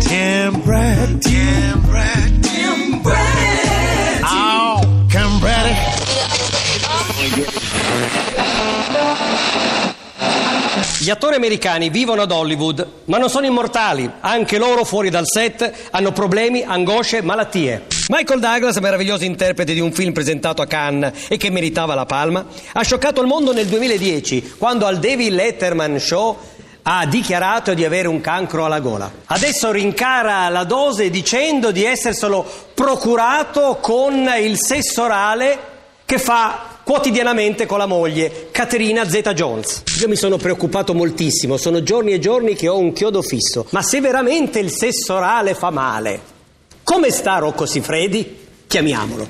Timbrati, Timbrati, oh, Timbrati. Gli attori americani vivono ad Hollywood, ma non sono immortali. Anche loro fuori dal set hanno problemi, angosce, malattie. Michael Douglas, meraviglioso interprete di un film presentato a Cannes e che meritava la palma, ha scioccato il mondo nel 2010 quando al David Letterman Show ha dichiarato di avere un cancro alla gola. Adesso rincara la dose dicendo di esserselo procurato con il sesso orale che fa quotidianamente con la moglie Caterina Zeta Jones. Io mi sono preoccupato moltissimo, sono giorni e giorni che ho un chiodo fisso, ma se veramente il sesso orale fa male, come sta Rocco Sifredi? Chiamiamolo.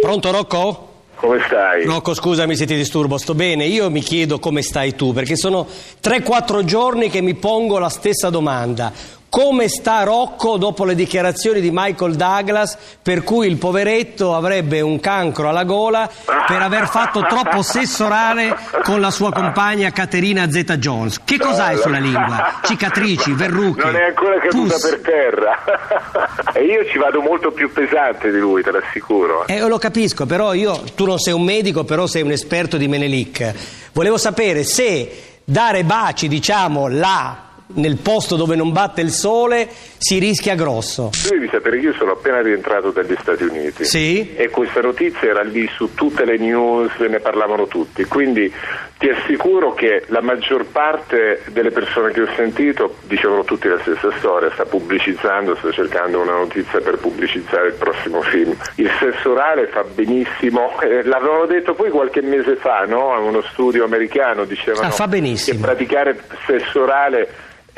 Pronto Rocco? Come stai? Rocco, scusami se ti disturbo, sto bene. Io mi chiedo come stai tu, perché sono 3-4 giorni che mi pongo la stessa domanda. Come sta Rocco dopo le dichiarazioni di Michael Douglas per cui il poveretto avrebbe un cancro alla gola per aver fatto troppo sesso orale con la sua compagna Caterina Zeta Jones? Che cos'hai sulla lingua? Cicatrici, verruche? Non è ancora caduta pus? per terra. e io ci vado molto più pesante di lui, te l'assicuro. Eh, lo capisco, però io, tu non sei un medico, però sei un esperto di Menelik. Volevo sapere se dare baci, diciamo, là, nel posto dove non batte il sole, si rischia grosso. Tu devi sapere che io sono appena rientrato dagli Stati Uniti. Sì? E questa notizia era lì su tutte le news, ne parlavano tutti. Quindi ti assicuro che la maggior parte delle persone che ho sentito dicevano tutti la stessa storia. Sta pubblicizzando, sta cercando una notizia per pubblicizzare il prossimo film. Il sesso orale fa benissimo. Eh, l'avevano detto poi qualche mese fa, no? A uno studio americano dicevano Ah, fa benissimo. che praticare sesso orale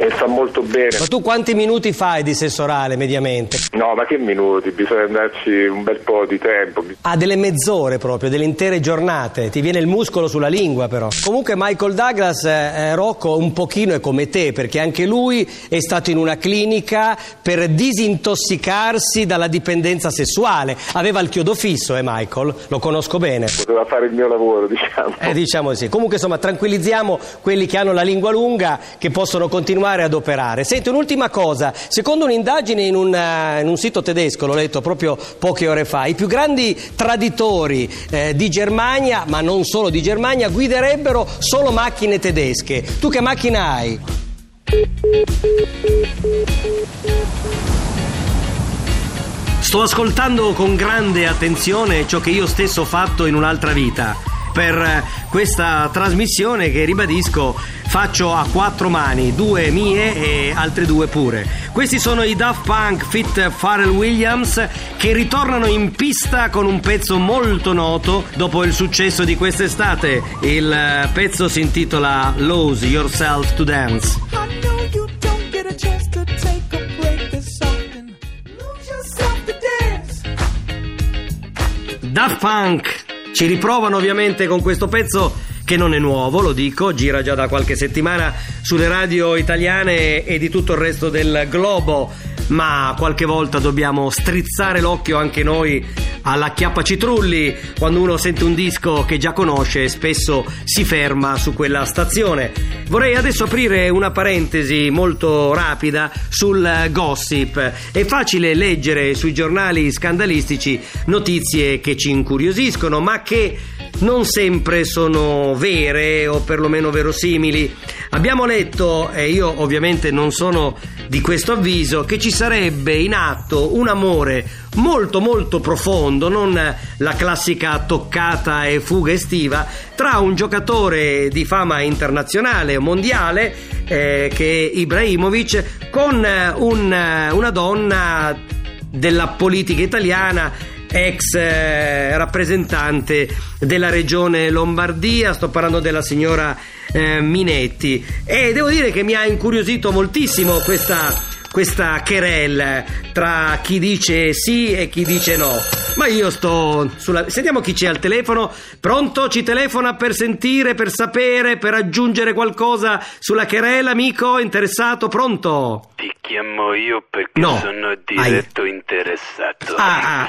eh, fa molto bene. Ma tu quanti minuti fai di sesso orale mediamente? No, ma che minuti, bisogna andarci un bel po' di tempo. Ha delle mezz'ore proprio, delle intere giornate, ti viene il muscolo sulla lingua però. Comunque Michael Douglas, eh, eh, Rocco, un pochino è come te, perché anche lui è stato in una clinica per disintossicarsi dalla dipendenza sessuale. Aveva il chiodo fisso, eh Michael, lo conosco bene. Poteva fare il mio lavoro, diciamo. Eh, diciamo sì. Comunque, insomma, tranquillizziamo quelli che hanno la lingua lunga che possono continuare ad operare. Senti, un'ultima cosa. Secondo un'indagine in, un, eh, in un sito tedesco, l'ho letto proprio poche ore fa, i più grandi traditori eh, di Germania, ma non solo di Germania, guiderebbero solo macchine tedesche. Tu che macchina hai? Sto ascoltando con grande attenzione ciò che io stesso ho fatto in un'altra vita per eh, questa trasmissione che ribadisco faccio a quattro mani, due mie e altre due pure. Questi sono i Daft Punk Fit Pharrell Williams che ritornano in pista con un pezzo molto noto dopo il successo di quest'estate. Il eh, pezzo si intitola Lose Yourself to Dance. I know you don't get a chance to take a break this often. Lose yourself to dance. Daft Punk ci riprovano ovviamente con questo pezzo che non è nuovo, lo dico, gira già da qualche settimana sulle radio italiane e di tutto il resto del globo, ma qualche volta dobbiamo strizzare l'occhio anche noi alla chiappa citrulli, quando uno sente un disco che già conosce spesso si ferma su quella stazione. Vorrei adesso aprire una parentesi molto rapida sul gossip. È facile leggere sui giornali scandalistici notizie che ci incuriosiscono, ma che non sempre sono vere o perlomeno verosimili. Abbiamo letto, e io ovviamente non sono di questo avviso, che ci sarebbe in atto un amore molto molto profondo, non la classica toccata e fuga estiva, tra un giocatore di fama internazionale o mondiale, eh, che è Ibrahimovic, con eh, un, eh, una donna della politica italiana, ex eh, rappresentante della regione Lombardia, sto parlando della signora eh, Minetti e devo dire che mi ha incuriosito moltissimo questa questa querel tra chi dice sì e chi dice no. Ma io sto sulla. Sentiamo chi c'è al telefono. Pronto? Ci telefona per sentire, per sapere, per aggiungere qualcosa sulla querel, amico interessato? Pronto? Ti chiamo io perché No. sono Ai. diretto interessato. Ah, ah,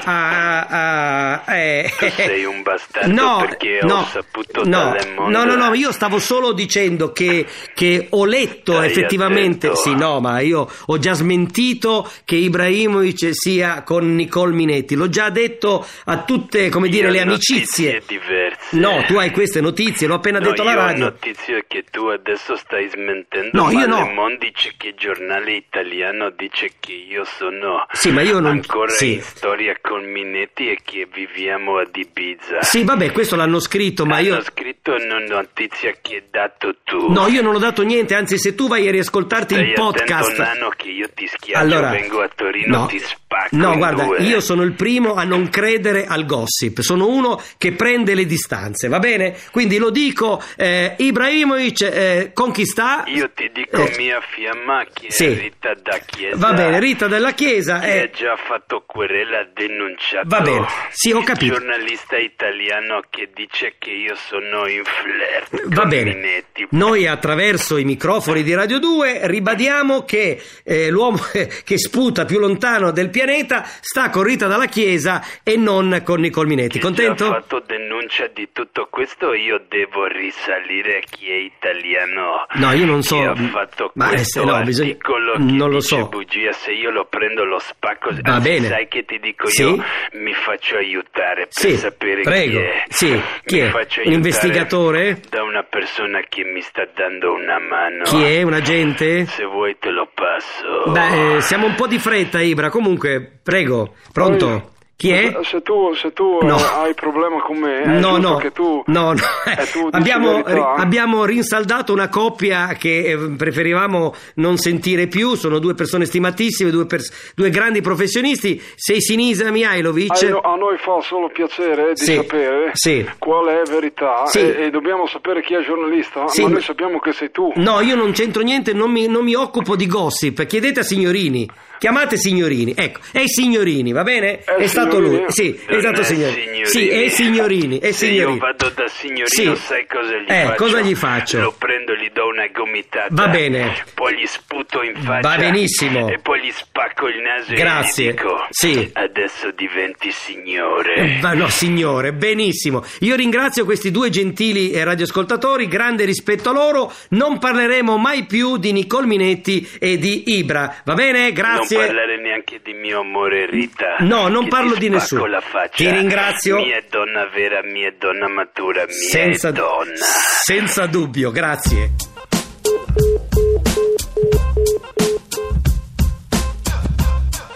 ah, ah, eh. Tu sei un bastardo perché ho saputo no, dalle no, mondo- no, no, io stavo solo dicendo che, che ho letto Stai effettivamente, attento, sì, ah. no, ma io ho già smentito che Ibrahimovic sia con Nicole Minetti, l'ho già detto a tutte, come Io dire, le ho amicizie. notizie diverse. No, tu hai queste notizie, l'ho appena detto alla io radio. Ho notizie che tu adesso stai smentendo. No, ma io no. Le Mondi dice che il giornale italiano dice che io sono Sì, ma io non- ancora sì. in storia con Minetti e che viviamo ad Ibiza. Sì, vabbè, questo l'hanno scritto, ma io... Hanno scritto in una notizia che hai dato tu. No, io non ho dato niente, anzi se tu vai a riascoltarti Stai il podcast... attento, nano, che io ti schiaccio, Allora, vengo a Torino, no. ti spacco No, in guarda, due. io sono il primo a non credere al gossip. Sono uno che prende le distanze, va bene? Quindi lo dico, eh, Ibrahimovic eh, conquista. Io ti dico Eh, mia fiamma che sì. è Rita da Chiesa. Va bene, Rita della Chiesa. Chi eh, ha già fatto querela ha denunciato. Va bene, sì, ho capito. Il giornalista italiano che dice che io sono in flirt Va con bene, Minetti. noi attraverso i microfoni di Radio 2 ribadiamo che eh, l'uomo che sputa più lontano del pianeta sta con Rita dalla Chiesa e non con Nicol Minetti. Che Contento? già ha fatto denuncia di tutto questo, io devo risalire a chi è italiano. No, io non so. Chi ha fatto Ma, eh, questo se no, bisogna- articolo che non lo dice so. bugia, se io lo prendo lo spacco. Va Anzi, bene. Sai che ti dico Sì? io? Mi faccio aiutare per Sì, sapere prego. chi è. Sì, chi mi è? Faccio Un aiutare investigatore? Da una persona che mi sta dando una mano. Chi è? Un agente? Se vuoi te lo passo. Beh, eh, siamo un po' di fretta, Ibra. Comunque, prego, pronto? Chi è? Se- Se tu, se tu No. eh, hai problema con me, eh, è No, giusto no, che tu, no, no. eh, tu dici abbiamo, la verità. ri- abbiamo rinsaldato una coppia che eh, preferivamo non sentire più. Sono due persone stimatissime, due, pers- due grandi professionisti. Sei Sinisa Mihailovic. Ai- a noi fa solo piacere eh, di Sì, sapere sì. qual è verità Sì. e, e dobbiamo sapere chi è giornalista, Sì, ma ma- noi sappiamo che sei tu. No, io non c'entro niente, non mi, non mi occupo di gossip. Chiedete a signorini. Chiamate signorini, ecco, è signorini, va bene? È È stato lui, Signorini. sì, Non esatto è signorini. Sì, è signorini, è Eh, Se signorini. io vado da signorino, Sì. sai cosa gli Eh, faccio? cosa gli faccio? Lo prendo, gli do una gomitata. Va bene. Poi gli sputo in faccia. Va benissimo. E poi gli spacco il naso Grazie. e gli dico: Sì. Adesso diventi Eh, signore. ma no, signore, benissimo. Io ringrazio questi due gentili eh, radioascoltatori, grande rispetto a loro. Non parleremo mai più di Nicol Minetti e di Ibra, va bene? Grazie. Non parlare neanche di mio amore Rita. No, non che parlo ti di spacco nessuno. La faccia. Ti ringrazio. Mia donna vera, mia donna matura, mia senza, donna. senza dubbio, grazie.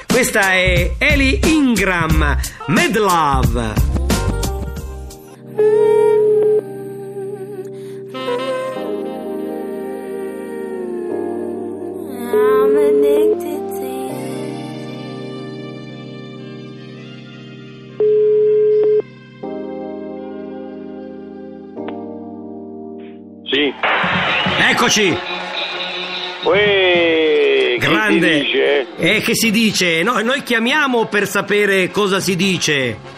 Questa è Eli Ingram, Mad Love. I'm addicted to you. Sì. Eccoci, grande. E che si dice? No, noi chiamiamo per sapere cosa si dice.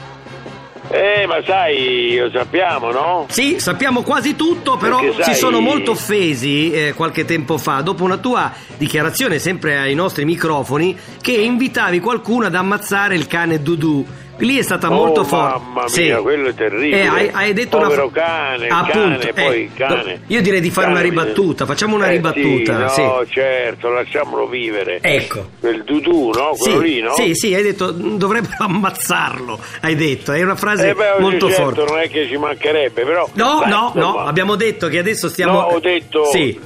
Eh, ma sai, lo sappiamo, no? Sì, sappiamo quasi tutto, però Perché si sai- sono molto offesi eh, qualche tempo fa dopo una tua dichiarazione, sempre ai nostri microfoni, che invitavi qualcuno ad ammazzare il cane Dudu. Lì è stata molto forte. Oh, mamma mia, quello è terribile. Eh, hai, hai detto una Povero fra- cane, cane, poi il cane. Io direi di fare una Cane. ribattuta, facciamo una Eh, ribattuta. sì, sì. no, certo, lasciamolo vivere. Ecco. Quel Dudu, no? Quello Sì, lì, no? sì, sì, hai detto "Mm, dovrebbero ammazzarlo, hai detto, è una frase Eh beh, molto certo, forte. non è che ci mancherebbe, però. No, dai, no, no, insomma. abbiamo detto che adesso stiamo... No, ho detto Sì,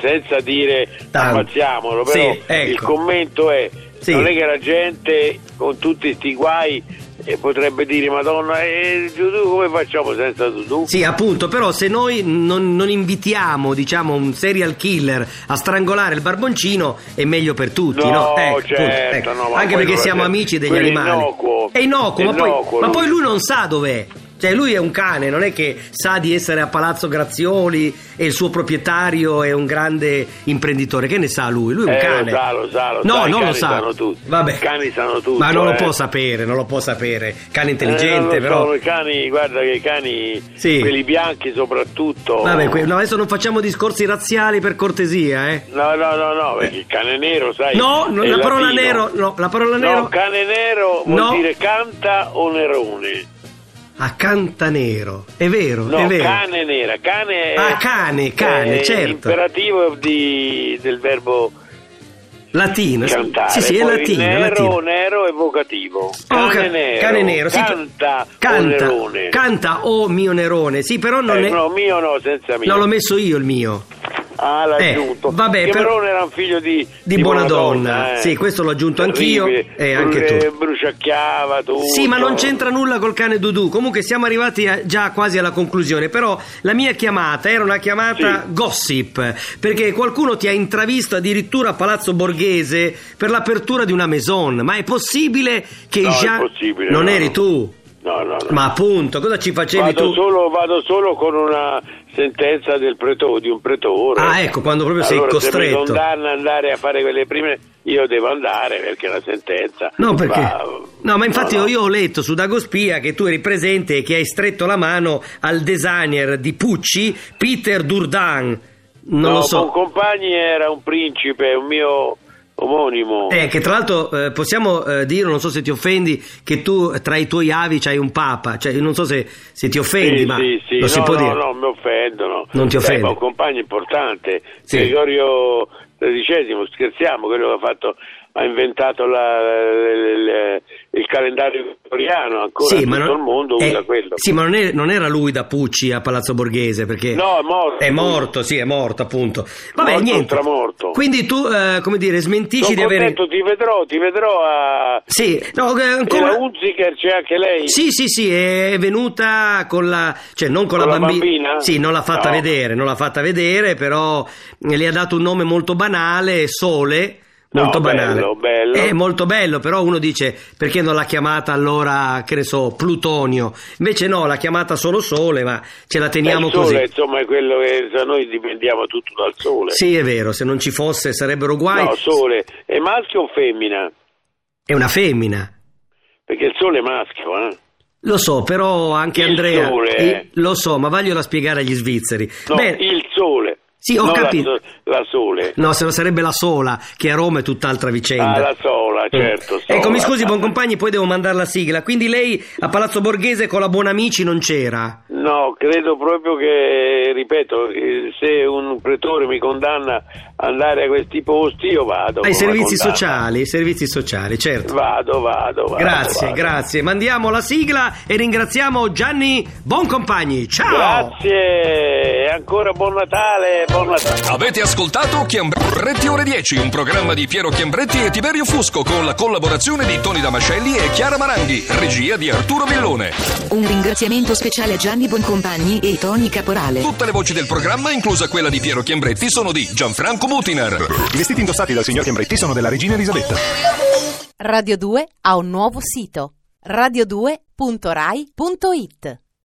senza dire Tanto. ammazziamolo, Sì, però ecco. il commento è Sì. non è che la gente con tutti sti guai eh, potrebbe dire Madonna e Giudù come facciamo senza Giudù? Sì, appunto, però se noi non, non invitiamo, diciamo, un serial killer a strangolare il barboncino è meglio per tutti, no? No, Ecco, certo, appunto, ecco. no, ma Anche quello perché è- siamo amici degli quello è animali. innocuo. È innocuo, ma, poi, Innocuo, ma lui. poi lui non sa dov'è. Cioè, lui è un cane, non è che sa di essere a Palazzo Grazioli e il suo proprietario è un grande imprenditore. Che ne sa lui? Lui è un Eh, cane. Lo sa, lo sa, lo no, sa. i non cani lo sa. Sanno tutti. Vabbè. I cani sanno tutto. Ma non lo eh. può sapere, non lo può sapere. Cane Eh, non lo intelligente, so, però. I cani, guarda che i cani, Sì. quelli bianchi soprattutto. Vabbè, que- no, adesso non facciamo discorsi razziali per cortesia, eh. No, no, no, no, perché il cane nero, sai. No, no, è la parola latino. nero, no, la parola nero. No, cane nero vuol No. dire canta o nerone. Ah, canta nero. È vero, No, è vero. cane nera, cane è- Ah, cane, cane, è certo. L'imperativo di- del verbo Latino. cantare. Sì, sì, è Poi il latino, è nero, latino. nero evocativo. Oh, Cane ca- nero. cane nero, sì, Canta o canta, nerone. canta o mio nerone. Sì, però non Eh, è No, mio no, senza mio. No, l'ho messo io il mio. Ah, l'ha Eh, aggiunto. vabbè, Che però- però non era un figlio di, Di Bonadonna, Bonadonna, eh. sì, questo l'ho aggiunto anch'io Terribile. e anche Bru- tu. eh, Bruciacchiava tutto. Sì, ma non c'entra nulla col cane Dudu. Comunque siamo arrivati a- già quasi alla conclusione. Però la mia chiamata era una chiamata gossip. Perché qualcuno ti ha intravisto addirittura a Palazzo Borghese per l'apertura di una maison. Ma è possibile che No, è Jean. possibile, non no, eri no. tu. No, no, no. Ma appunto, cosa ci facevi vado, tu? solo, vado solo con una sentenza del pretore, di un pretore. Ah, ecco, quando proprio sei Allora, Se mi costretto. condanna ad andare a fare quelle prime, io devo andare perché la sentenza. No, perché? va- no, ma infatti no. io ho letto su Dagospia che tu eri presente e che hai stretto la mano al designer di Pucci, Peter Durdan. Non No, lo so. Mon compagni era un principe, un mio omonimo. Eh, che tra l'altro eh, possiamo eh, dire, non so se ti offendi, che tu eh, tra i tuoi avi c'hai un papa, cioè non so se, se ti offendi, Sì, ma sì, sì. lo si no, può no, dire. No, mi offendono. Non ti offendi. Beh, ma un compagno importante, Sì. Gregorio XIII, scherziamo, quello che ha fatto ha inventato la- il, il calendario gregoriano ancora Sì, tutto ma non- il mondo eh, usa quello. Sì, ma non, è- non era lui da Pucci a Palazzo Borghese perché... No, è morto. È morto, sì, è morto appunto. Vabbè, Morto o niente. tramorto. Quindi tu, eh, come dire, smentisci Sono di avere... contento, ti vedrò, ti vedrò a Sì, no, eh, e ancora... la Hunziker c'è anche lei. Sì, sì, sì, è venuta con la. cioè non con, Con la, la bambi- bambina? Sì, non l'ha fatta No. vedere, non l'ha fatta vedere, però eh, le ha dato un nome molto banale, Sole. No, Molto banale. bello, bello. È molto bello, però uno dice perché non l'ha chiamata allora, che ne so, Plutonio. Invece no, l'ha chiamata solo Sole, ma ce la Beh, teniamo il Eh, sole, così. insomma, è quello che sa, noi dipendiamo tutto dal sole. Sì, è vero, se non ci fosse sarebbero guai. No, sole. È maschio o femmina? È una femmina. Perché il sole è maschio, eh? Lo so, però anche Il Andrea. sole. eh, Lo so, ma vagliela spiegare agli svizzeri. No, Bene. il sole. Sì, ho Non capito. La, so- la sole. No, se no sarebbe la sola, che a Roma è tutt'altra vicenda. Ah, la sola, certo. sola. Ecco, mi scusi, buon compagni, poi devo mandare la sigla. Quindi lei a Palazzo Borghese con la Buonamici non c'era? No, credo proprio che, ripeto, eh, se un pretore mi condanna ad andare a questi posti, io vado. con Ai la servizi condanna. sociali, ai servizi sociali, certo. Vado, vado, vado. grazie, vado. grazie. Mandiamo la sigla e ringraziamo Gianni Boncompagni. Ciao! Grazie, e ancora buon Natale, buon Natale. Avete ascoltato Chiambretti ore 10, un programma di Piero Chiambretti e Tiberio Fusco con la collaborazione di Toni Damascelli e Chiara Maranghi, regia di Arturo Villone. Un ringraziamento speciale a Gianni Boncompagni e Tony Caporale. Tutte le voci del programma, inclusa quella di Piero Chiambretti, sono di Gianfranco Mutiner. I vestiti indossati dal signor Chiambretti sono della regina Elisabetta. Radio 2 ha un nuovo sito radio2.rai.it